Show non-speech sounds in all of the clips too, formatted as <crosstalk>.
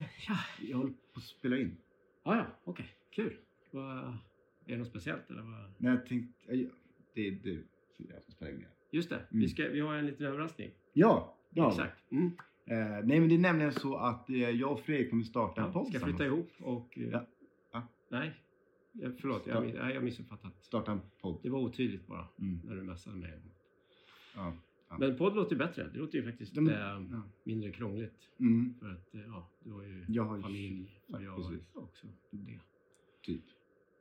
Ja, Jag håller på att spela in. ah, ja okej. Kul. Vad- är det något speciellt? Eller vad? Nej, jag tänkte... ja, Det är du. Så jag som spelar in det. Just det, vi, Mm. ska, vi har en liten överraskning. Ja, ja. Exakt. Mm. Eh, nej, men det är nämligen så att eh, jag och Fredrik kommer starta en Ja, podd ska flytta tillsammans. ihop och... eh, Ja. Ja. Nej, Ja, förlåt. Jag, Start. min- nej, jag missuppfattat. Starta en podd. Det var otydligt bara Mm. när du messade mig. Ja. Men podd låter ju bättre. Det låter ju faktiskt Ja, men- eh, ja. mindre krångligt. Mm. För att eh, ja, du har ju Jag har ju familj och ja, jag precis. har också det. typ.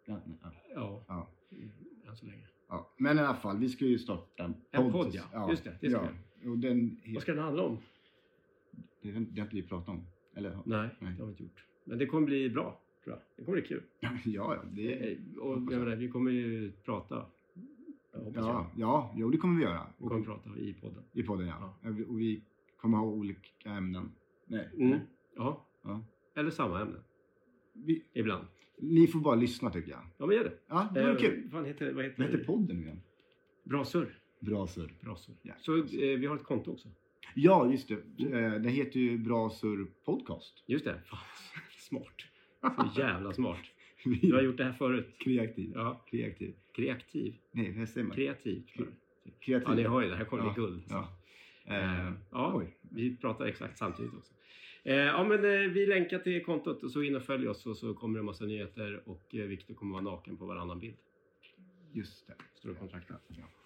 Ja, nej, ja. Ja, Ja, mm, än så länge. ja. Men i alla fall, vi ska ju starta en podd. En podd, ja. Just det, det ska ja. Och den Vad heter... ska den handla om? Det har det har inte vi pratat om. Eller? Nej, Nej. det har vi inte gjort. Men det kommer bli bra, tror jag. Det kommer bli kul. Ja, <laughs> ja. Det, Eh, Och jag menar, vi kommer ju prata. Jag hoppas jag. ja, ja, jo det kommer vi göra. Vi kommer prata i podden. I podden ja. Och vi kommer ha olika ämnen. Nej. Mm. Ja. Ja. Eller samma ämne. Vi, Ibland. ni får bara lyssna tycker jag. Ja, men gör det. Ja, det vore Eh, kul. Fan heter, vad heter, Vad heter podden igen? Brasor. Bra surr. Brasor. Ja, Så eh, vi har ett konto också. Ja, just det. Eh, Den heter ju Bra surr podcast. <laughs> Just det. Fan, <laughs> smart. Så jävla smart. <laughs> Du har gjort det här förut. kreativ. Ja. Kreativ. Kreativ. Nej, vad säger man? Mm. Kreativ. tror jag. Kreativ. Ja, ni hör ju. Det här kommer Ja, bli guld. Ja. Eh, Eh, ja, oj. vi pratar exakt samtidigt också. Eh, ja, men eh, vi länkar till kontot och så in och följ oss och så kommer det en massa nyheter och eh, Viktor kommer vara naken på varannan bild. Just det. Står det i kontraktet. Ja.